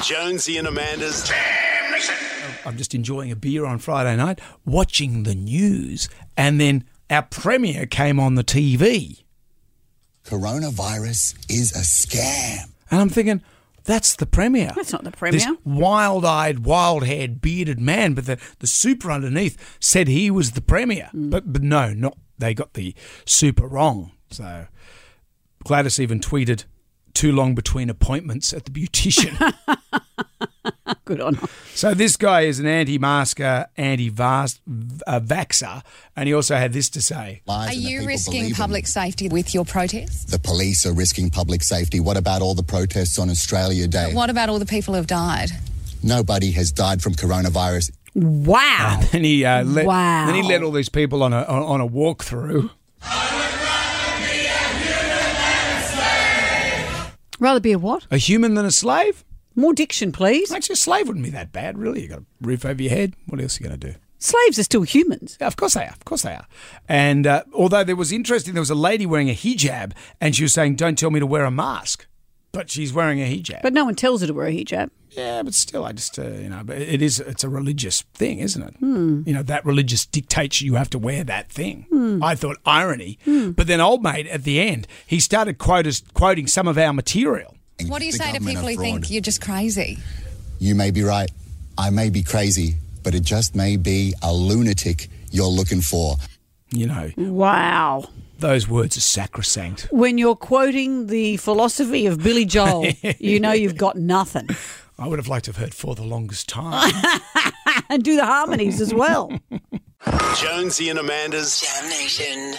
Jonesy and Amanda's I'm just enjoying a beer on Friday night, watching the news, and then our premiere came on the TV. Coronavirus is a scam. And I'm thinking, that's the premiere. That's not the This premier. wild eyed, wild haired, bearded man, but the, the super underneath said he was the premier. Mm. But, but no, not they got the super wrong. So Gladys even tweeted, too long between appointments at the beautician. Good on. her. So this guy is an anti-masker, anti-vaxxer, and he also had this to say. Lies Are and that you people risking believe in. public safety with your protest? The police are risking public safety. What about all the protests on Australia Day? What about all the people who have died? Nobody has died from coronavirus. Wow. And he uh, let, Wow. Then he led all these people on a on, on a walkthrough. Rather be a what? A human than a slave? More diction, please. Actually, a slave wouldn't be that bad, really. You got a roof over your head. What else are you going to do? Slaves are still humans. Yeah, of course they are. Of course they are. And uh, although there was interesting, there was a lady wearing a hijab, and she was saying, "Don't tell me to wear a mask," but she's wearing a hijab. But no one tells her to wear a hijab. Yeah, but still, I just uh, you know, but it is it's a religious thing, isn't it? You know, that religious dictates you have to wear that thing. I thought irony, but then old mate at the end he started quotas, quoting some of our material. What do you The say to government people are who fraud. think you're just crazy? You may be right. I may be crazy, but it just may be a lunatic you're looking for. You know, Hmm. Wow. those words are sacrosanct. When you're quoting the philosophy of Billy Joel, you know you've got nothing. I would have liked to have heard for the longest time. And do the harmonies as well. Jonesy and Amanda's Damnation.